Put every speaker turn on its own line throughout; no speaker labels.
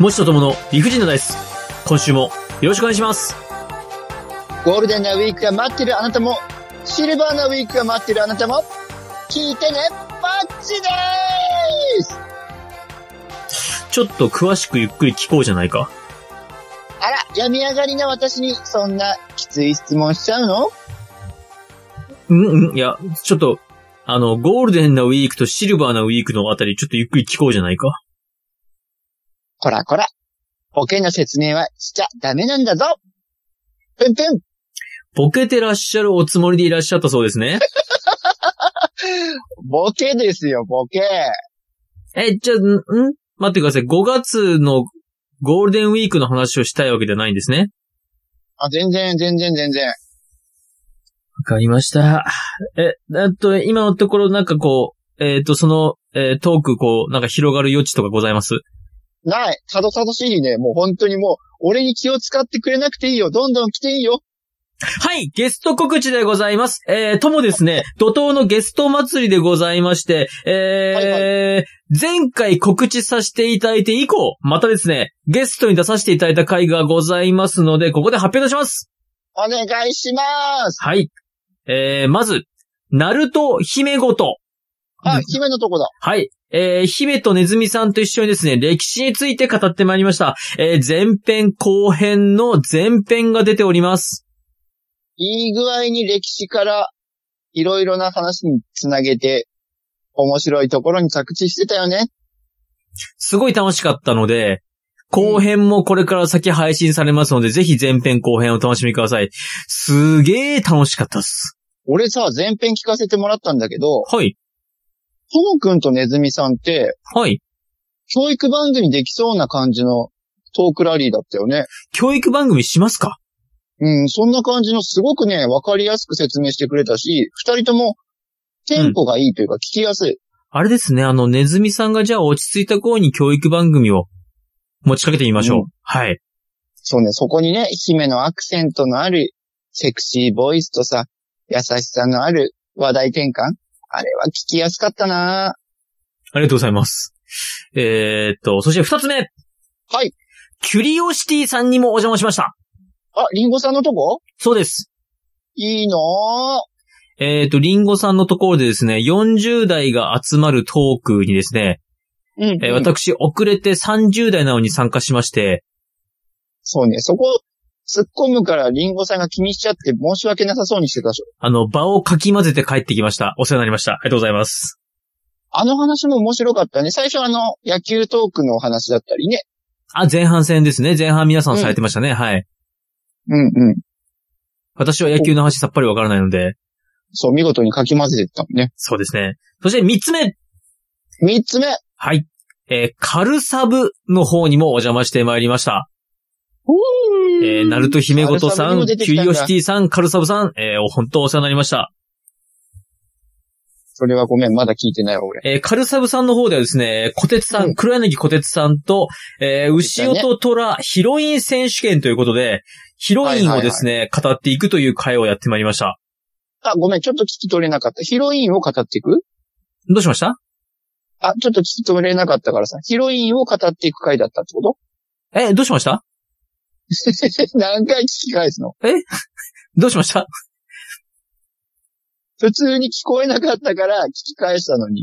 もちとともの理不尽なダイス。今週もよろしくお願いします。
ゴールデンなウィークが待ってるあなたも、シルバーなウィークが待ってるあなたも、聞いてねバッチでーす
ちょっと詳しくゆっくり聞こうじゃないか。
あら、病み上がりな私に、そんなきつい質問しちゃうの
うんうん、いや、ちょっと、あの、ゴールデンなウィークとシルバーなウィークのあたり、ちょっとゆっくり聞こうじゃないか。
こらこら。ボケの説明はしちゃダメなんだぞぷんぷん
ボケてらっしゃるおつもりでいらっしゃったそうですね。
ボケですよ、ボケ。
え、じゃあ、んん待ってください。5月のゴールデンウィークの話をしたいわけじゃないんですね。
あ、全然、全然、全然。
わかりました。え、えっと、今のところなんかこう、えっ、と、その、えートークこう、なんか広がる余地とかございます
ない。たどたどしいね。もう本当にもう、俺に気を使ってくれなくていいよ。どんどん来ていいよ。
はい、ゲスト告知でございます。えー、ともですね、怒涛のゲスト祭りでございまして、えー前回告知させていただいて以降、またですね、ゲストに出させていただいた回がございますので、ここで発表いたします。
お願いします。
はい。えー、まず、ナルト姫ごと。う
あ
ん、
姫のとこだ。
はい。えー、姫とネズミさんと一緒にですね、歴史について語ってまいりました。えー、前編後編の前編が出ております。
いい具合に歴史から、いろいろな話につなげて、面白いところに着地してたよね。
すごい楽しかったので、後編もこれから先配信されますので、ぜひ前編後編をお楽しみください。すげー楽しかったっす。
俺さ、前編聞かせてもらったんだけど、
はい。
ともくんとねずみさんって、
はい。
教育番組できそうな感じのトークラリーだったよね。
教育番組しますか
うん、そんな感じのすごくね、わかりやすく説明してくれたし、二人ともテンポがいいというか聞きやすい。
あれですね、あの、ネズミさんがじゃあ落ち着いた頃に教育番組を持ちかけてみましょう。
うん
はい。
そうね、そこにね、姫のアクセントのあるセクシーボイスとさ、優しさのある話題転換あれは聞きやすかったな
ありがとうございます。えー、っと、そして二つ目。
はい。
キュリオシティさんにもお邪魔しました。
あ、リンゴさんのとこ
そうです。
いいなぁ。
えっ、と、リンゴさんのところでですね、40代が集まるトークにですね、
うん、うん
えー私遅れて30代なのに参加しまして、
そうね、そこ、突っ込むからリンゴさんが気にしちゃって申し訳なさそうにしてたでしょ。
あの、場をかき混ぜて帰ってきました。お世話になりました。ありがとうございます。
あの話も面白かったね。最初あの、野球トークのお話だったりね。
あ、前半戦ですね。前半皆さんされてましたね。はい。
うんうん。
私は野球の話さっぱりわからないので、
そう、見事にかき混ぜてったもんね。
そうですね。そして三つ目
三つ目。
はい。えーカルサブの方にもお邪魔してまいりました。えー、ナルト姫ごと
カルサ
さ
ブに
ん、
も
キ
出てきた
ュ
んだ
リオシティさん、カルサブさん、えー、本当お世話になりました。
それはごめん、まだ聞いてないわ、俺。
えーカルサブさんの方ではですね、小鉄さ、
うんん
黒柳小鉄さんと、えー牛尾と虎、ヒロイン選手権ということで、ヒロインをですね、語っていくという会をやってまいりました。
あ、ごめん、ちょっと聞き取れなかった。ヒロインを語っていく
どうしました
あ、ちょっと聞き取れなかったからさ、ヒロインを語っていく回だったってこと
えーどうしました
何回聞き返すの
どうしました
普通に聞こえなかったから聞き返したのに。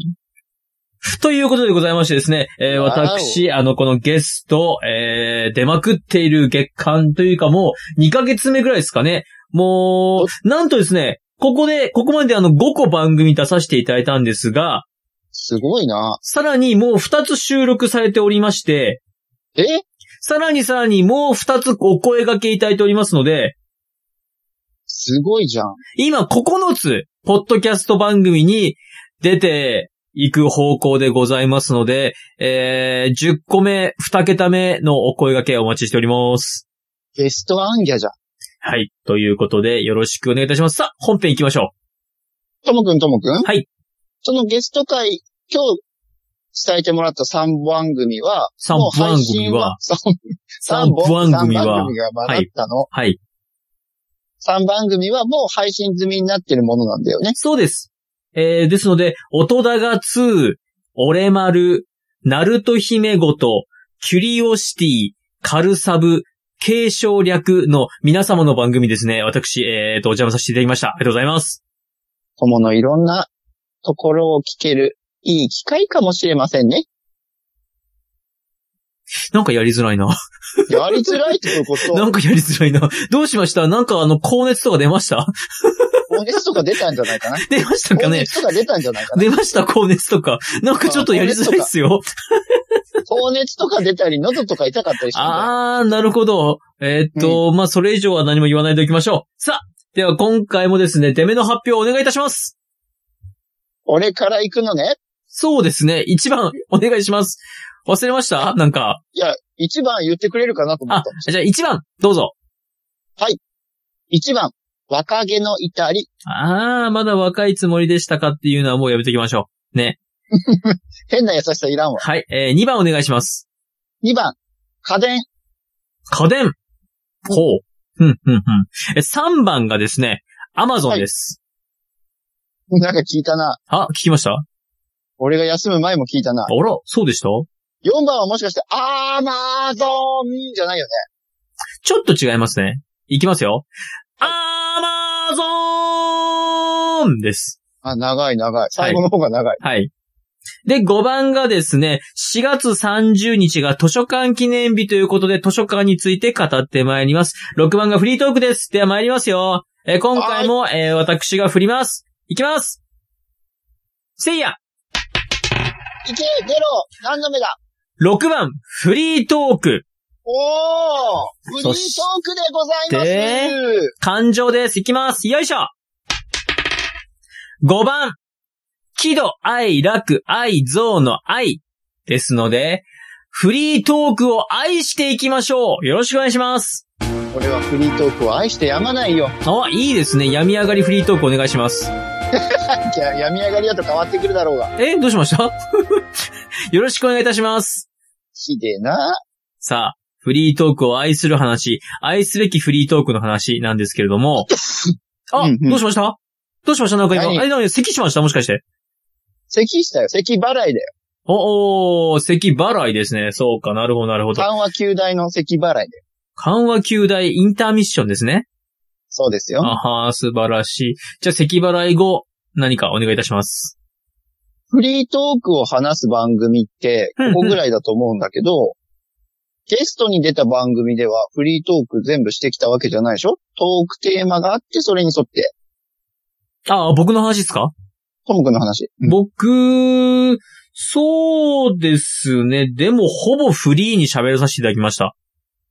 ということでございましてですね、えー
わお
私、あの、このゲスト、えー出まくっている月間というかもう、2ヶ月目ぐらいですかね。もう、なんとですね、ここで、ここまであの、5個番組出させていただいたんですが、
すごいな。
さらにもう2つ収録されておりまして、
え
さらにさらにもう2つお声掛けいただいておりますので、
すごいじゃん。
今9つ、ポッドキャスト番組に出ていく方向でございますので、えー、10個目、2桁目のお声掛けお待ちしております。
ゲストアンギャじゃん。
はい。ということで、よろしくお願いいたします。さあ、本編行きましょ
ともくんともくん
はい。
そのゲスト会、今日伝えてもらった3番組は、
う。3番組は、、
3
3
本、
番組
三
は
番、組がまだったの。
はい。
3番組はもう配信済みになってるものなんだよね。
そうです。えー、ですので、音だが2、俺丸、ナルト姫ごと、キュリオシティ、カルサブ、継承略の皆様の番組ですね。私、えっ、と、お邪魔させていただきました。ありがとうございます。
友のいろんなところを聞ける、いい機会かもしれません ね。
なんかやりづらいな。
やりづらいということ。
なんかやりづらいな。どうしましたなんかあの、高熱とか出ました
高熱とか出たんじゃないかな。
出ましたか
高
ね
熱とか出たんじゃないかな。
出ました高熱とか。なんかちょっとやりづらいっすよ。
高熱とか出たり、喉とか痛かったりしたんだよ
あー、なるほど。えーっと、まあ、それ以上は何も言わないでおきましょう。さあ、では今回もですね、出目の発表をお願いいたします。
俺から行くのね。
そうですね、一番お願いします。忘れましたなんか。
いや、一番言ってくれるかなと思っ
あ
た。、
じゃあ一番、どうぞ。
一番、若気の至り。
あー、まだ若いつもりでしたかっていうのはもうやめておきましょう。ね。
変な優しさいらんわ。
はい、えー、2番お願いします。
二番、家電。
家電。ほう。ふん、ふん、ふん。え、3番がですね、アマゾンです。
なんか聞いたな。
あ、聞きましたあ
俺が休む前も聞いた
ら、
な。
そうでした
四番はもしかして、アマゾンじゃないよね。
ちょっと違いますね。いきますよ。アマゾーンです。
あ、長い長い。最後の方が長い。
はい。で、5番がですね、4月30日が図書館記念日ということで、図書館について語ってまいります。6番がフリートークです。では参りますよ。えー今回も、えー私が振ります。いきますせいや
い、け出ろ何の目だ
!6 番、フリートーク。
おーフリートークでございます
感情です。いきます。よいしょ !5 番、喜怒愛楽愛憎の愛ですので、フリートークを愛していきましょうよろしくお願いします
俺はフリートークを愛してやまないよ。
あ、いいですね。病み上がりフリートークお願いします。
いや、病み上がりだと変わってくるだろうが。
えどうしました よろしくお願いいたします。
ひでえな。
さあ、フリートークを愛する話、愛すべきフリートークの話なんですけれども。あ、
うんうん
どうしましたどうしましたなんか今、
何
あれ何咳しましたもしかして。
咳したよ。咳払いだよ。
おお咳払いですね。そうか、なるほど、なるほど。
緩和球大の咳払いで。
緩和球大インターミッションですね。
そうですよ。
あはー、素晴らしい。じゃあ、咳払い後、何かお願いいたします。
フリートークを話す番組って、
うんうん
ここぐらいだと思うんだけ ど、ゲストに出た番組ではフリートーク全部してきたわけじゃないでしょトークテーマがあって、それに沿って、
あー、僕の話ですか、
トム君の話。うん
僕、そうですね。でも、ほぼフリーに喋らさせていただきました。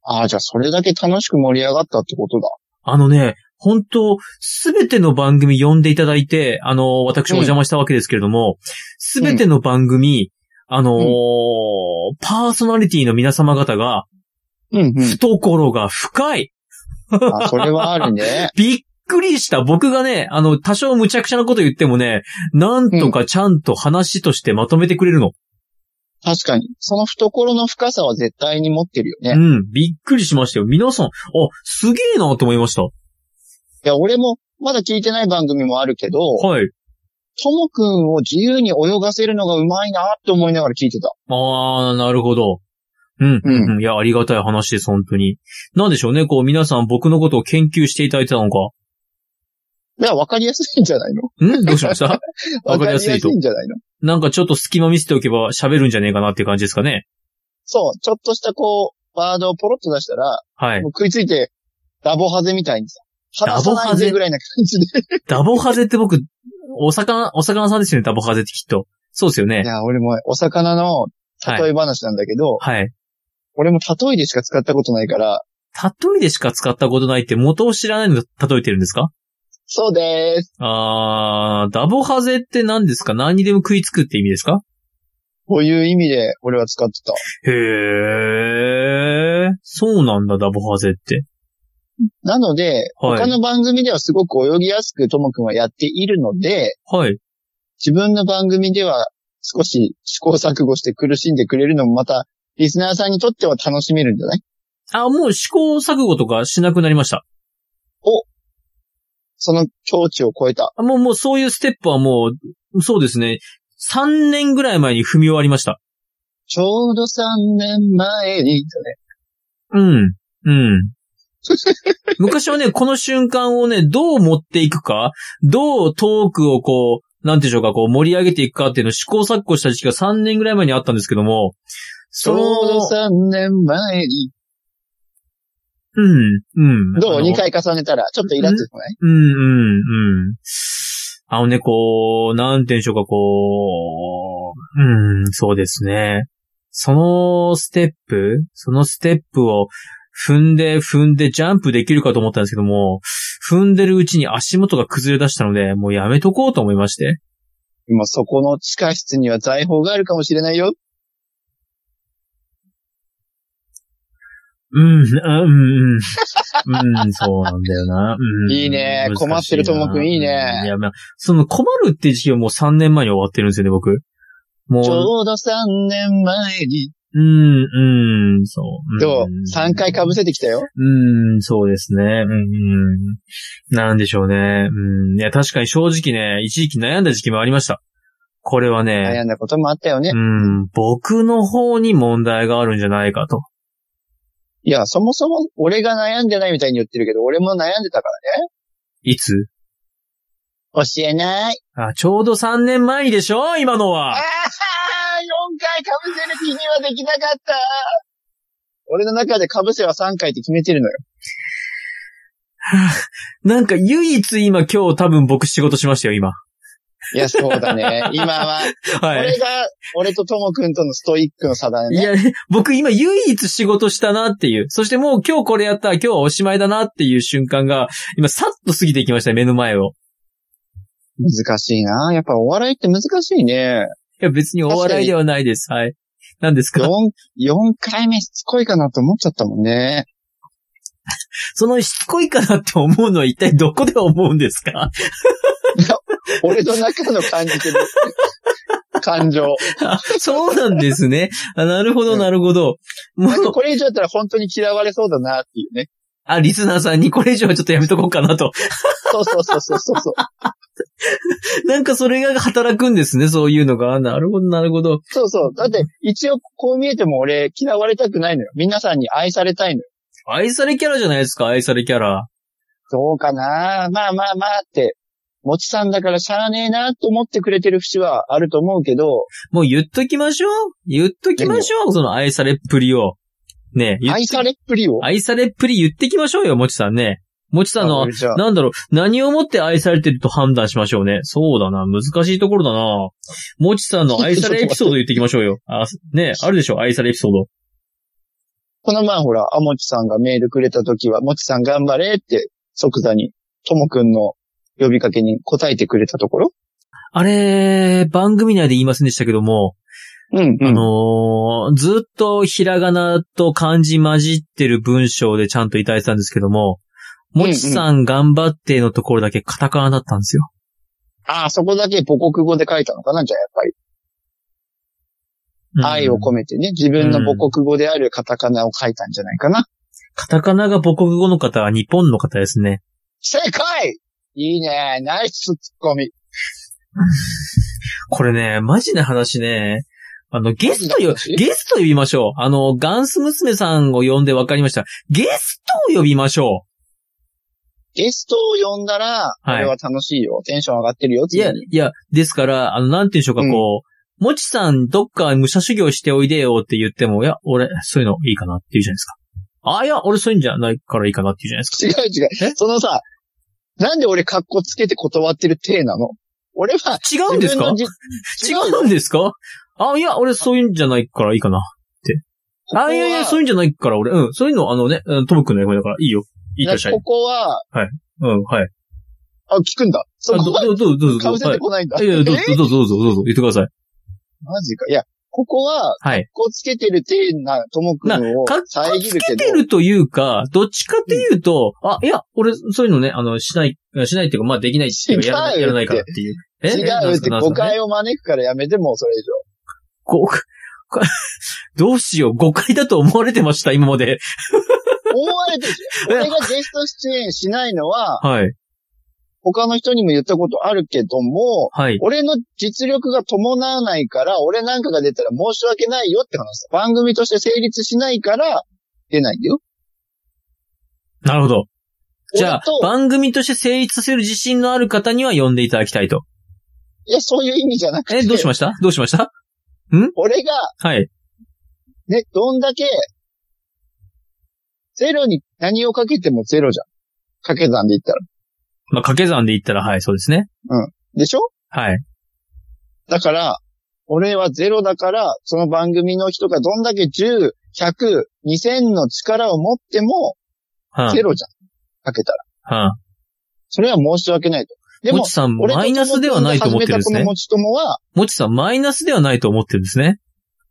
ああ、じゃあそれだけ楽しく盛り上がったってことだ。
あのね、本当すべての番組呼んでいただいて、あの、私もお邪魔したわけですけれども、すべ、ての番組、あのー
うん
パーソナリティの皆様方が、
うんうん。
懐が深い。
あ、それはあるね。
びっくりした。僕がね、あの、多少無茶苦茶なこと言ってもね、なんとかちゃんと話としてまとめてくれるの。
確かに。その懐の深さは絶対に持ってるよね。
う
い
ん、びっくりしましたよ。皆さん、あ、すげえなと思いました。
や、俺も、まだ聞いてない番組もあるけど、
はい。
ともくんを自由に泳がせるのがうまいなって思いながら聞いてた。
あー、なるほど。うん、
うん
うん、いや、ありがたい話です、本当に。なんでしょうね、こう、皆さん僕のことを研究していただいてたのか。
いや、わかりやすいんじゃないの
んどうしました わかりやすいと
わんじゃないの
なんかちょっと隙間見せておけば喋るんじゃねえかなっていう感じですかね。
そう、ちょっとしたこう、ワードをポロッと出したら、
はい
も。う食いついて、ラボハゼみたいにさ、話さ
ラボ
な
ハ
い
ゼ
ぜぐらいな感じで。
ダボハゼって僕、お魚、お魚さんですよね、ダボハゼってきっと。そうですよ ね
い。や、俺もお魚の
はい。
例え話なんだけど、
はい。
俺も例えでしか使ったことないから、
例えでしか使ったことないって元を知らないので例えてるんですか
そうでーす。
あー、ダボハゼって何ですか何にでも食いつくって意味ですか
こういう意味で俺は使ってた。
へー。そうなんだ、ダボハゼって。
なので、
はい
他の番組ではすごく泳ぎやすくともくんはやっているので、
はい。
自分の番組では少し試行錯誤して苦しんでくれるのもまた、リスナーさんにとっては楽しめるんじゃない
あ、もう試行錯誤とかしなくなりました。
その境地を超えた。
あもう、もうそういうステップはもう、そうですね。3年ぐらい前に踏み終わりました。
ちょうど3年前に、とね
うん。うん。 昔はね、この瞬間をね、どう持っていくか、どうトークをこう、なんていうんでしょうか、こう盛り上げていくかっていうのを試行錯誤した時期が3年ぐらい前にあったんですけども、
ち
そ
ょう
の、
ど3年前に、
うん、うん。
どう
あの
?2 回重ねたら、ちょっとイラッとくない
うん、うん、うん。あのね、こう、なんていうんでしょうか、こう、うん、そうですね。そのステップ、そのステップを踏んで踏んでジャンプできるかと思ったんですけども、踏んでるうちに足元が崩れ出したので、もうやめとこうと思いまして。
もうそこの地下室には財宝があるかもしれないよ。
うん、あうん、うん。うん、そうなんだよな。うん、
いいね
難し
困ってるともくんいいね
いや、まあ、その困るっていう時期はもう3年前に終わってるんですよね、僕。もう、
ちょうど3年前に、
うん、うん、そう。ん
どう ?3 回被せてきたよ。
うん、そうですね。うん、うん。なんでしょうね。うん。いや、確かに正直ね、一時期悩んだ時期もありました。これはね、
悩んだこともあったよね
う。ん、僕の方に問題があるんじゃないかと。
いや、そもそも俺が悩んでないみたいに言ってるけど、俺も悩んでたか
いつ
ら。教えない。
あ、ちょうど3年前にでしょ今の
ああ
は。
!4 回被せる気にはできなかった俺の中で被せは3回って決めてるのよ。
なんか唯一今今日多分僕仕事しましたよ、今。
いや、そう だね。今は、こ
はい
れ。が、俺とともくんとのストイックの差だ
い
ね。
や、 僕今唯一仕事したなっていう。そしてもう今日これやったら今日はおしまいだなっていう瞬間が、今さっと過ぎていきましたね、目の前を。
難しいな。やっぱお笑いって難しいね。
いや、別にお笑いではないです。はい。何ですか
4、4回目しつこいかなと思っちゃったもんね。
そのしつこいかなって思うのは一体どこで思うんですか
俺の中の感 じてる。感情。
あそうなんですね。あなるほど、なるほど。も
なんか
う、
これ以上やったら本当に嫌われそうだなっていうね。
あ、リスナーさんにこれ以上はちょっとやめとこうかなと。
そうそうそうそうそうそう。
なんかそれが働くんですね、そういうのが。なるほど、なるほど。
そうそう。だって、一応こう見えても俺嫌われたくないのよ。皆さんに愛されたいのよ。
愛されキャラじゃないですか、愛されキャラ。
どうかなまあまあまあって。もちさんだからしゃあねえなと思ってくれてる節はあると思うけど、
もう言っときましょう。言っときましょう。その愛されっぷりを。ねえ、言っ
愛されっぷりを。
愛されっぷり言ってきましょうよ、もちさんね。もちさんの、
じゃあ
なんだろう、何をもって愛されてると判断しましょうね。そうだな、難しいところだな。もちさん の愛されエピソード言ってきましょうよ。あ、ねあるでしょ、愛されエピソード。
この前ほら、あもちさんがメールくれた時は、もちさん頑張れって即座に、ともくんの呼びかけに答えてくれたところ
あれ、番組内で言いませんでしたけども、
うん、うん。
あのーずっとひらがなと漢字混じってる文章でちゃんといただいてたんですけども、もちさん頑張ってのところだけカタカナだったんですよ。
ああ、そこだけ母国語で書いたのかなじゃあやっぱり。
うん
愛を込めてね、自分の母国語であるカタカナを書いたんじゃないかな。
カタカナが母国語の方は日本の方ですね。
正解いいね。ナイスツッコミ。
これね、マジな話ね。あの、ゲストよ
マジな、話
ゲスト呼びましょう。あの、ガンス娘さんを呼んで分かりました。ゲストを呼びましょ
ゲストを呼んだら、こ
はい
れは楽しいよ。テンション上がってるよ。
う。いや、
常
い
に
や、ですから、あの、なんていうんでしょうか、
うん
こう、もちさん、どっか武者修行しておいでよって言っても、いや、俺、そういうのいいかなって言うじゃないですか。あ、いや、俺そういうんじゃないからいいかなって言うじゃないですか。
違う違う。そのさ、なんで俺格好つけて断ってる体なの俺は、
違うんですか
自
違
分のじ違うよ
うんですかあ、いや、俺そういうんじゃないからいいかな。
ここは
あ、いやいや、そういうんじゃないから俺、うん、そういうの、あのね、うんトム君の役目だからいいよ。いいとしゃい
こ。こは、
うん、はい。
あ、聞くんだ。そ
あ
こ
ど
は、
どうぞ、どうぞ、
か
どうぞ。
ぶせ
はい
てこないんだ。
いやいや、どう
え
ぞ、どうぞ、どうぞ、どうぞ、言ってください。
マジか。いや、ここは、
はい。
こうつけてる体な、ともく
なん
を
かっこ
遮
つ
るけ
け
ど
て、るというか、どっちかっていうと、あ、いや、俺、そういうのね、あの、しない、しないっていうか、まあ、できないっていうか、やらな
違うって
やらないからっていう。え
違うって誤。解を招くからやめてもうそれ以
ここ どうしよう、誤解だと思われてました、今まで。
上。思われてるじゃん。俺がゲスト出演しないのは、
はい。
他の人にも言ったことあるけども、
はい。
俺の実力が伴わないから、俺なんかが出たら申し訳ないよって話だ。番組として成立しないから、出ないんだよ。
なるほど。じゃあ
俺と、
番組として成立させる自信のある方には呼んでいただきたいと。
いや、そういう意味じゃなくて、
え、どうしましたどうしました
俺が、
はい。
ね、どんだけ、ゼロに何をかけてもゼロじゃん。掛け算で言ったら。
まあ、掛け算で言ったら、はい、そうですね。
でしょ
はい。
だから、俺はゼロだから、その番組の人がどんだけ10、100、2000の力を持っても、
は
ゼ
い。
ロじゃん。かけたら。
は
それは申し訳ないと。で
い。も
も
ち、さん、
俺と
マイナスではないと思ってるんです
始めたこの
ね。
持ち友は、
もちさん、マイナスではないと思ってるんですね。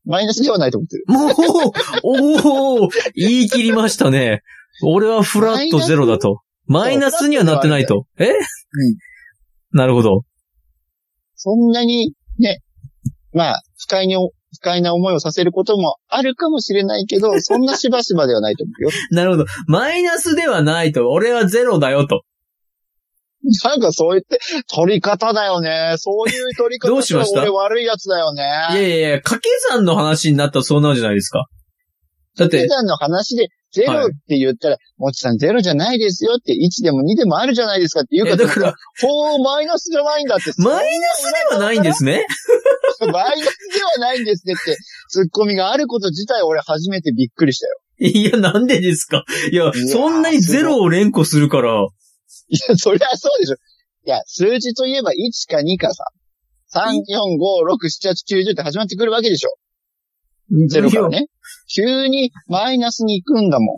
マイナスではないと思ってる。
もう、おお言い切りましたね。俺はフラットゼロだと。マイナスにはなってないと。え
ん
なるほど。
そんなに、ね、まあ、不快に、不快な思いをさせることもあるかもしれない けど、そんなしばしばではないと思うよ。
なるほど。マイナスではないと。俺はゼロだよと。
なんかそう言って、取り方だよね。そういう取り方
どうしました
俺悪いやつだよね。
いやいやいや、掛け算の話になったらそうなるじゃないですか。だって
普、段の話で、ゼロって言ったら、もちさんゼロじゃないですよって、1でも2でもあるじゃないですかって言う
い
か
や だ
と思っ
か
た
ら
ら、、ほう、マイナスじゃないんだって。
マイナスではないんですね。
そんなマイナスではないんですねって、ツッコミがあること自体俺初めてびっくりしたよ。
いや、なんでですかいや、
いや
そんなにゼロを連呼するから。
いや、そりゃそうでしょ。いや、数字といえば1か2かさ。3、4、5、6、7、8、9、10って始まってくるわけでしょ。ゼロからね。急にマイナスに行くんだも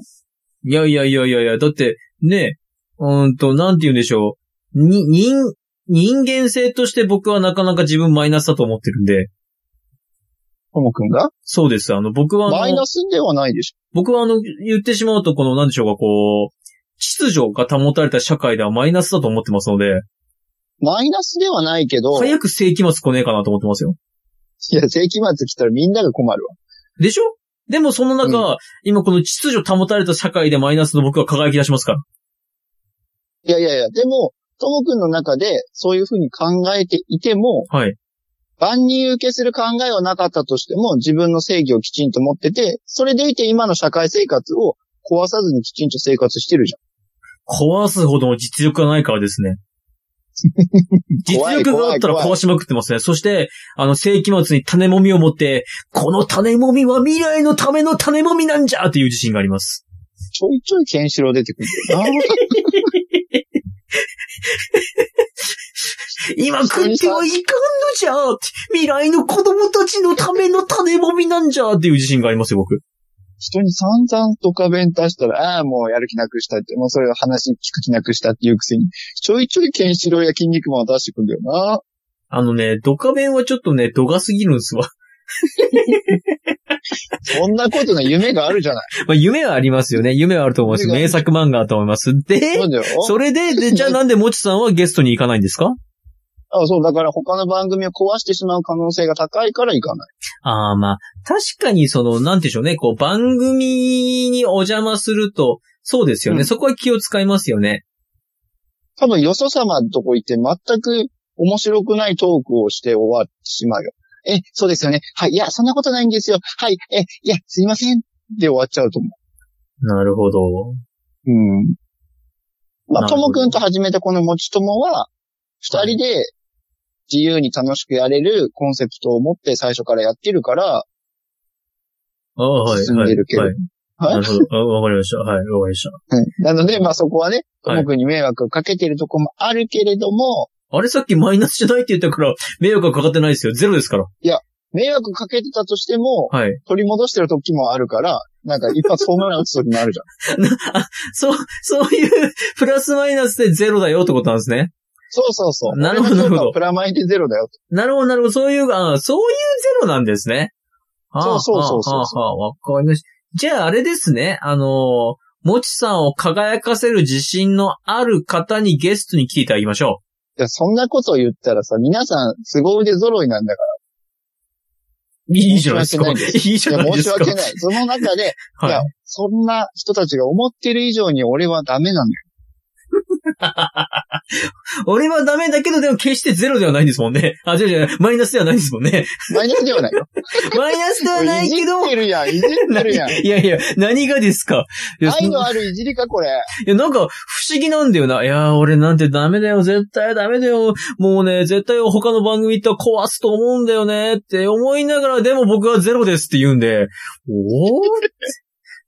ん。
いやいやいやいやいや、だって、ね、うーんと、なんて言うんでしょう。に、人、人間性として僕はなかなか自分マイナスだと思ってるんで。
ともくんが
そうです。あの、僕はあの、
マイナスではないでし
僕はあの、言ってしまうと、この、なんでしょうか、こう、秩序が保たれた社会ではマイナスだと思ってますので、
ょ。マイナスではないけど、
早く世紀末来ねえかなと思ってますよ。
いや、世紀末来たらみんなが困るわ。
でしょでもその中、今この秩序保たれた社会でマイナスの僕は輝き出しますから。
いやいやいや、でも、ともくんの中でそういうふうに考えていても、
はい。
万人受けする考えはなかったとしても、自分の正義をきちんと持ってて、それでいて今の社会生活を壊さずにきちんと生活してるじゃん。
壊すほどの実力がないからですね。実
怖い
力があったら
怖い怖い
壊しまくってますね。そして、あの、世紀末に種もみを持って、この種もみは未来のための種もみなんじゃっていう自信があります。
ちょいちょいケンシロウ出てくるんだよな。
今食ってはいかんのじゃって未来の子供たちのための種もみなんじゃっていう自信がありますよ、僕。
人に散々とか弁出したら、ああ、もうやる気なくしたって、もうそれを話聞く気なくしたっていうくせに、ちょいちょいケンシロウや筋肉マンを出してくんだよな。
あのね、ドカ弁はちょっとね、ドがすぎるんですわ。
そんなことない夢があるじゃ ない。
まあ、夢はありますよね。夢はあると思います。
夢がある
名作漫画だと思います。で
そ、うだよ。
それで、で、じゃあなんでもちさんはゲストに行かないんですか
あそう、だから他の番組を壊してしまう可能性が高いから行かない。
ああ、まあ、確かにその、なんて言うんでしょうね、こう、番組にお邪魔すると、そうですよね。
うん
そこは気を使いますよね。
多分よそ様のとこ行って全く面白くないトークをして終わってしまうよ。え、そうですよね。はい、いや、そんなことないんですよ。はい、え、いや、すいません。で終わっちゃうと思
なるほど。
う。うん。
な
まあ、
る
と
ほど
もくんと始めたこの持ちともは、二人で自由に楽しくやれるコンセプトを持って最初からやってるから、
ああ、はい。
進んでるけど
はい。はい、なるほど。あわかりました。はい、わかりまし
うんなので、まあそこはね、と
はい
もくんに迷惑をかけてるとこもあるけれども、
た。あれさっきマイナスじゃないって言ったから、迷惑はかかってないですよ。ゼロですから。
迷惑かけてたとしても、
はい。
取り戻してる時もあるから、なんか一発ホームラン打つ時もあるじゃん。
そう、そういう、プラスマイナスでゼロだよってことなんですね。
そうそうそう。
なるほど
俺の評価
なるほど
はプラマイでゼロだよ。
なるほど、なるほど。そういう、あそういうゼロなんですね。ああ
そうそうそうそう
ああああわかりました。じゃあ、あれですね。あのー、もちさんを輝かせる自信のある方にゲストに来ていただきましょ
いや、そんなこと言ったらさ、皆さん、凄腕揃いなんだか
う。いいじゃないですか。
申し訳ないで
いいじゃ
ら。
ないいで
や、
す
申し
か。
訳ない。その中で、い
は
や
い。
そんな人たちが思ってる以上に俺はダメなんだよ。
俺はダメだけど、でも決してゼロではないんですもんね。あ、違う違う、マイナスではないですもんね。
マイナスではないよ。
マイナスでは ないけど
いじっ、てるやん、いじってるやん。
いやいや、何がですかいや、そ
愛のあるいじりか、これ。
いやなんか、不思議なんだよな。いやー、俺なんてダメだよ、絶対ダメだよ。もうね、絶対他の番組と壊すと思うんだよねって思いながら、でも僕はゼロですって言うんで、おー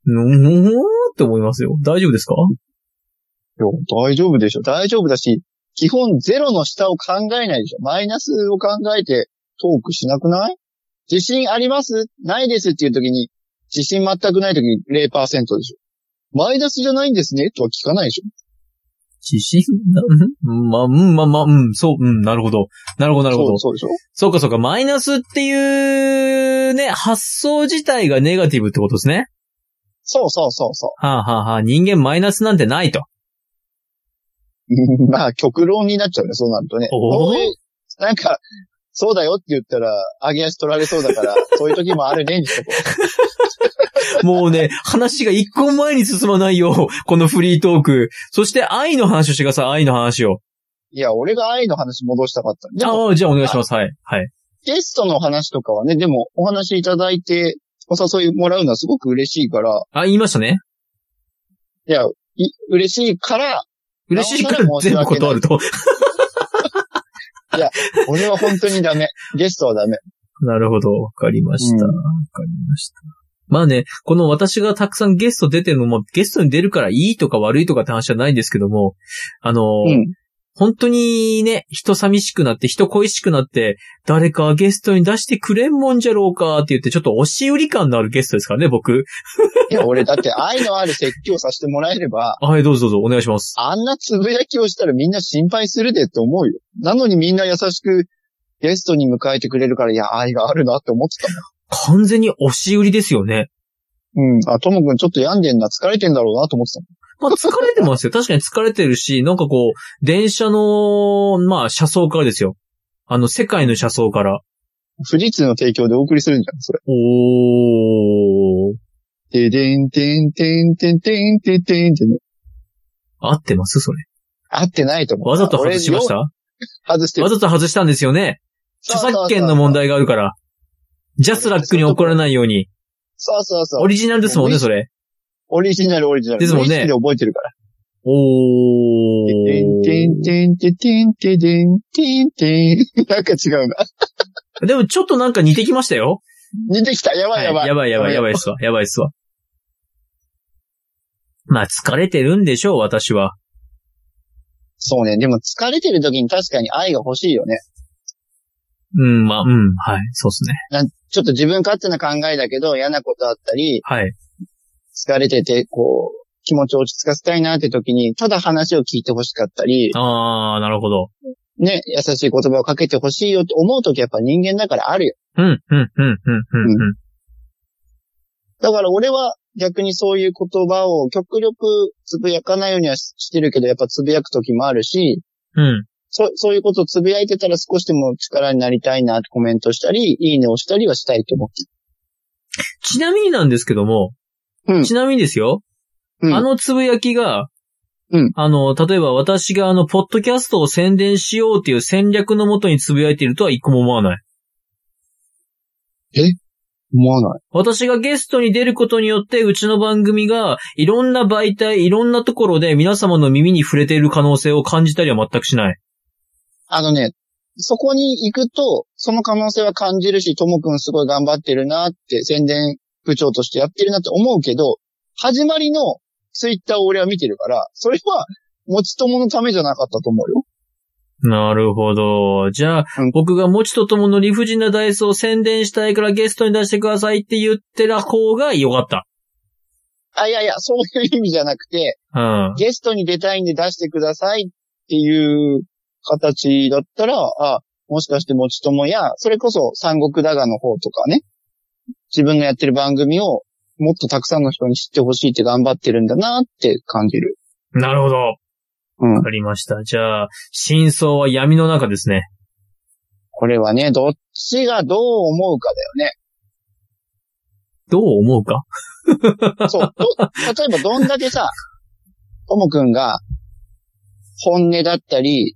のーって思いますよ。大丈夫ですか
いや大丈夫でしょ。大丈夫だし、基本ゼロの下を考えないでしょ。マイナスを考えてトークしなくない自信ありますないですっていう時に、自信全くない時に0%でしょ。マイナスじゃないんですねとは聞かないでしょ。
自信な、うんまあ、うん、まあ、まあ、うん、そう、うん、なるほど。なるほど、なるほど。
そうそうでしょ。
そうか、そうか、マイナスっていう、ね、発想自体がネガティブってことですね。
そうそうそうそ
はあ、はあはあ、人間マイナスなんてないと。
う。 まあ、極論になっちゃうね、そうなるとね。
おー
こういうなんか、そうだよって言ったら、上げ足取られそうだから、そういう時もあるね、にしとこ
もうね、話が一個前に進まないよ。このフリートーク。そして愛の話をしてください、愛の話を。
う。いや、俺が愛の話戻したかった。で
あ
も、
あ、じゃあお願いします。はい。はい。
ゲストの話とかはね、でも、お話いただいて、お誘いもらうのはすごく嬉しいから、
あ、言いましたね。
いや、い嬉しいから、
嬉しいから全部断ると。
俺は本当にダメ。ゲストはダメ。
なるほど。わかりました。わ、
う
かりました。まあね、この私がたくさんゲスト出てるのも、ゲストに出るからいいとか悪いとかって話じゃないんですけども、あのー、
うん。
本当にね、人寂しくなって、人恋しくなって、誰かゲストに出してくれんもんじゃろうかって言って、ちょっと押し売り感のあるゲストですからね、僕。
いや、俺だって愛のある説教させてもらえれば、
はい、どうぞどうぞ、お願いします。
あんなつぶやきをしたらみんな心配するでって思うよ。なのにみんな優しくゲストに迎えてくれるから、いや、愛があるなって思ってた
完全に押し売りですよね。
もん。うん。あ、ともくんちょっと病んでんな、疲れてんだろうなと思ってたもん。
まあ疲れてますよ。 確かに疲れてるし、なんかこう、電車の、まあ車窓からですよ。あの、世界の車窓から。
富士通の提供でお送りするんじゃん、それ。
おー。
てでんてんてんてんてんてんてんってね。
合ってますそれ。
合ってないと思う。
わざと外しました
俺
わ
外してる。
ざと外したんですよね。著作権の問題があるから。ジャスラックに怒らないように。
そうそうそう。
オリジナルですもんね、それ。
オリジナル、オリジナル。
ですもんね
無意識で覚えてるから。
お
てんてん
ー。
てんてんてんてんてんてんてん。なんか違うな。
でもちょっとなんか似てきましたよ。
似てきた。やばいやばい。
はいやばいやばいやばいっすわ。やばいっすわ。まあ疲れてるんでしょう、私は。
そうね。でも疲れてる時に確かに愛が欲しいよね。
うん、まあ、うん、はい、そうっすね。
なんちょっと自分勝手な考えだけど嫌なことあったり、
はい。
疲れてて、こう、気持ちを落ち着かせたいなって時に、ただ話を聞いて欲しかったり、
ああ、なるほど。
ね、優しい言葉をかけて欲しいよって思う時やっぱ人間だからあるよ。
うん、うん、うん、うん、うんうん。
だから俺は逆にそういう言葉を極力つぶやかないようにはししてるけど、やっぱつぶやく時もあるし、
うん。
そそういうことをつぶやいてたら少しでも力になりたいなってコメントしたり、いいねをしたりはしたいと思って
ちなみになんですけども、
うん
ちなみにですよ、
うん
あのつぶやきが、
うん
あの、例えば私があの、ポッドキャストを宣伝しようっていう戦略のもとにつぶやいているとは一個も思わない。
思わない。
私がゲストに出ることによって、うちの番組が、いろんな媒体、いろんなところで皆様の耳に触れている可能性を感じたりは全くしない。
あのね、そこに行くと、その可能性は感じるし、ともくんすごい頑張ってるなって、宣伝部長としてやってるなって思うけど、始まりのツイッターを俺は見てるから、それは持ち友のためじゃなかったと思うよ。
なるほど。じゃあ、
うん
僕が持ちとともの理不尽なダイスを宣伝したいからゲストに出してくださいって言ってた方が良かった。
あ、いやいや、そういう意味じゃなくて、
うん。
ゲストに出たいんで出してくださいっていう形だったら、あ、もしかして持ち友や、それこそ三国だがの方とかね、自分のやってる番組をもっとたくさんの人に知ってほしいって頑張ってるんだなって感じる。
なるほど。
うん
わ。かりました。じゃあ、真相は闇の中ですね。
これはね、どっちがどう思うかだよ
どう思うか
ね。そう。ど例えばどんだけさ、ともくんが、本音だったり、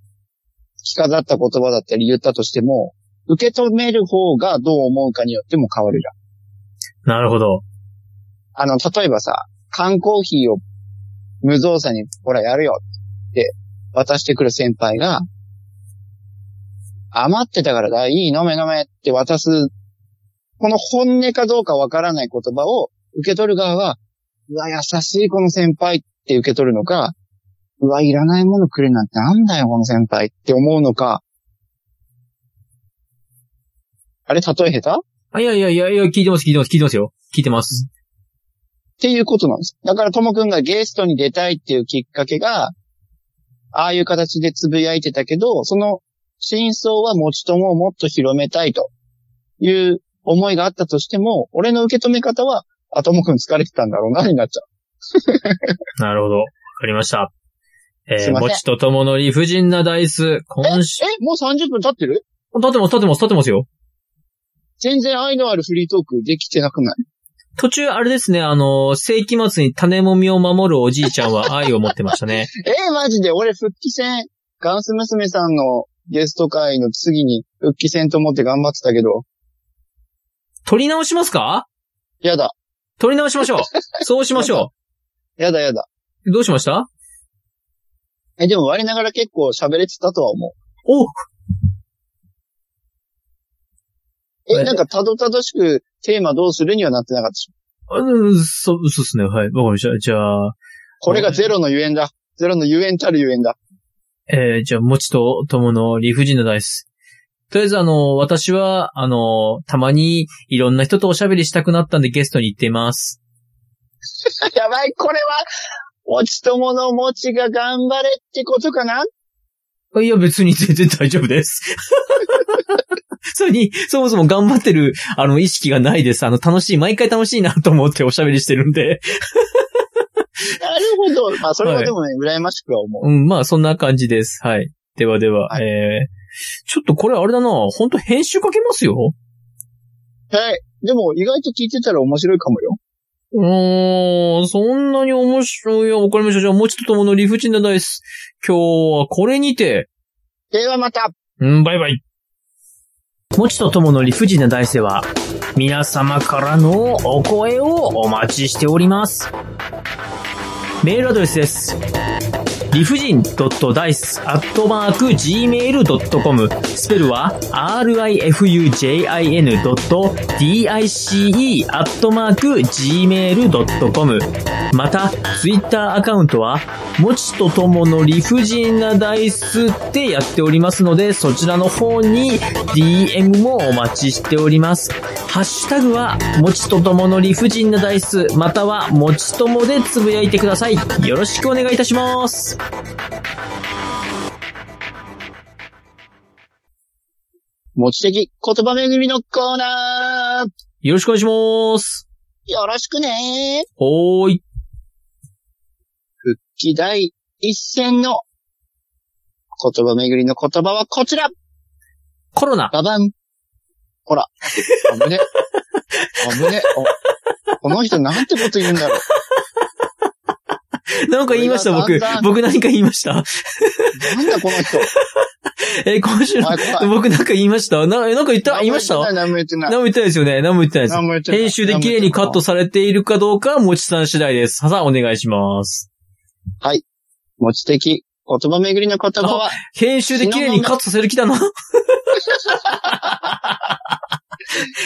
着飾った言葉だったり言ったとしても、受け止める方がどう思うかによっても変わるじ
なるほど。
ゃん。あの、例えばさ、缶コーヒーを無造作に、ほらやるよって渡してくる先輩が、余ってたからだ、いい飲め飲めって渡す、この本音かどうかわからない言葉を受け取る側は、うわ、優しいこの先輩って受け取るのか、うわ、いらないものくれなんてなんだよ、この先輩って思うのか、あれ、例え下手
あ、いやいやいやいや、聞いてます、聞いてます、聞いてますよ。聞いてます。
っていうことなんです。だからともくんがゲストに出たいっていうきっかけが、ああいう形でつぶやいてたけど、その真相は持ち友をもっと広めたいという思いがあったとしても、俺の受け止め方は、あ、ともくん疲れてたんだろうな、になっちゃ
なるほど。わかりました。え
すい
ー、
ません
もちとともの理不尽なダイス、今週、
う。え、もう30分経ってる
立ってます、立ってます、立ってますよ。
全然愛のあるフリートークできてなくない
途中、あれですね、あの、世紀末に種もみを守るおじいちゃんは 愛を持ってましたね。
えーマジで俺復帰戦、ガンス娘さんのゲスト会の次に復帰戦と思って頑張ってたけど、
取り直しますか
やだ、
取り直しましょう。そうしましょ
やだやだ。
う。どうしました
え、でも我ながら結構喋れてたとは思
お
う。
は
え、
い
なんかたどたどしくテーマどうするにはなってなかったし。
うん、そ、そうですね。はい。わかりました。じゃあ、
これがゼロのゆえんだ。ゼロのゆえんたるゆえんだ。
えー、じゃあ、もちとともの理不尽なダイス。とりあえず、あの、私は、あの、たまにいろんな人とおしゃべりしたくなったんでゲストに行っています。
やばい、これは、持ち友の持ちが頑張れってことかない
や、別に全然大丈夫です。 それに、そもそも頑張ってる、あの、意識がないです。あの、楽しい、毎回楽しいなと思っておしゃべりしてるんで。
なるほど。まあ、それはでもね、羨ましくは思う。
うん、まあ、そんな感じです。はい。ではでは、
はい
えー、ちょっとこれあれだな、本当編集かけますよ
はい。でも、意外と聞いてたら面白いかもよ。
うーん、そんなに面白い。いや、わかりました。じゃあ、もちとともの理不尽なダイス。今日はこれにて、
ではまた
うん、バイバイ。もちとともの理不尽なダイスでは、皆様からのお声をお待ちしております。メールアドレスです。理不尽 .dice.gmail.com スペルは rifujin.dice.gmail.com また、ツイッターアカウントは、もちとともの理不尽なダイスってやっておりますので、そちらの方に DM もお待ちしております。ハッシュタグは、もちとともの理不尽なダイス、または、もちともでつぶやいてください。よろしくお願いいたします。
持ち的言葉巡りのコーナー
よろしくお願いします。
よろしくねー
ほーい。
復帰第一戦の言葉巡りの言葉はこちら
コロナ。
ババン。ほら。あぶね。あぶね。おこの人なんてこと言うんだろう。
なんか言いました、
こ
僕
れがだんだ。ん
僕何か言いました。
なんだこの人。
えー今週
お
の、
前怖い。
僕なんか言いましたな、えなんか言 った言いました
何も言ってない。
何も言ってないですよね。何も言ってないです。
何も言ってない。
編集で綺麗にカットされているかどうかは、もちさん次第です。さあ、お願いします。
持ち的言葉巡りの言葉は、
編集で綺麗にカットさせる気だ な。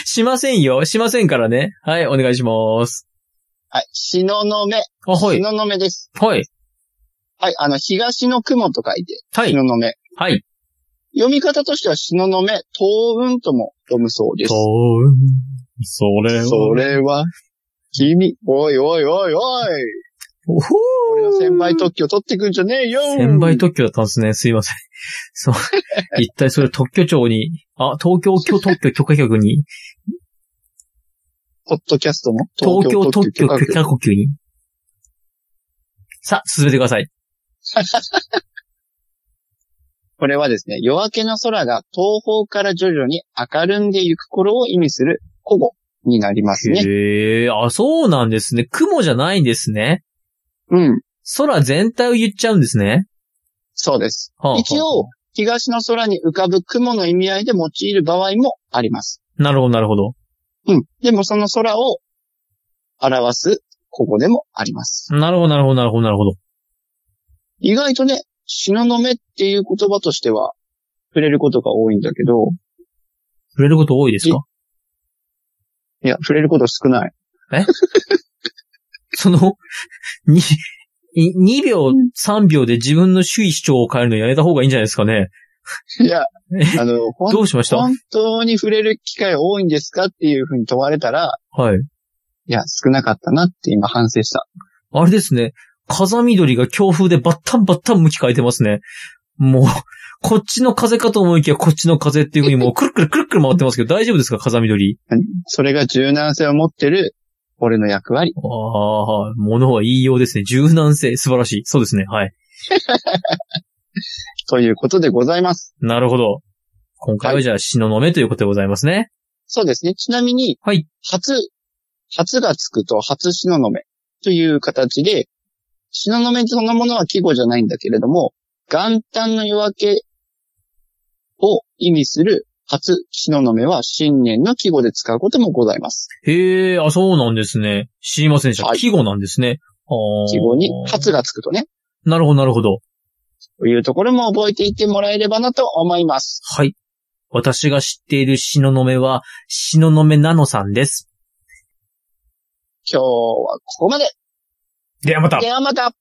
しませんよ。しませんからね。はい、お願いします。
はい、しののめ。
あ、は
し
い。
ののめです。
はい。
はい、あの、東の雲と書いて、
は
し
い。
ののめ。
はい。
読み方としては、しののめ、東雲とも読むそうです。
う、それ
それは、君、おいおいおいおい、
おほー
俺の先輩特許取ってくんじゃねえよ
先輩特許だったんですね。すい ません。そう。一体それ特許庁に、あ、東京特許許可局 に、
ポッドキャストも
東京特許
許可
許
局
可局に。さあ、進めてください。
これはですね、夜明けの空が東方から徐々に明るんでゆく頃を意味する古語になりますね。
へえ、あ、そうなんですね。雲じゃないんですね。
うん。
空全体を言っちゃうんですね。
そうです。
はあはあ
一応、東の空に浮かぶ雲の意味合いで用いる場合もあります。
なるほど、なるほど。
うん。でもその空を表すここでもあります。
なるほど、なるほど、なるほど、なるほど。
意外とね、東雲っていう言葉としては触れることが多いんだけど、
触れること多いですか
いや、触れること少ない。
その、 に、2秒、3秒で自分の主意主張を変えるのやめた方がいいんじゃないですかね。
い や、
え
あの、ほん
どうしましたは
本当に触れる機会多いんですかっていうふうに問われたら、
い。
いや、少なかったなって今反省した。
あれですね。風緑が強風でバッタンバッタン向き変えてますね。もう、こっちの風かと思いきやこっちの風っていう風にもうくるくるくるくる回ってますけど大丈夫ですか風緑。
それが柔軟性を持ってる俺の役割。
ああ、はい。物は言いようですね。柔軟性、素晴らしい。そうですね。はい。
ということでございます。
なるほど。今回はじゃあ、しののめということでございますね。
そうですね。ちなみに、
はい
初、初がつくと初しののめという形で、しののめそのものは季語じゃないんだけれども、元旦の夜明けを意味する初しののめは新年の季語で使うこともございます。
へえ、あ、そうなんですね。知りませんでし
は
た。
い
季語なんですね。あー
季語に初がつくとね、
なるほど、なるほど。
というところも覚えていってもらえればなと思います。
はい。私が知っているしののめは、しののめなのさんです。
今日はここまで。
ではまた
ではまた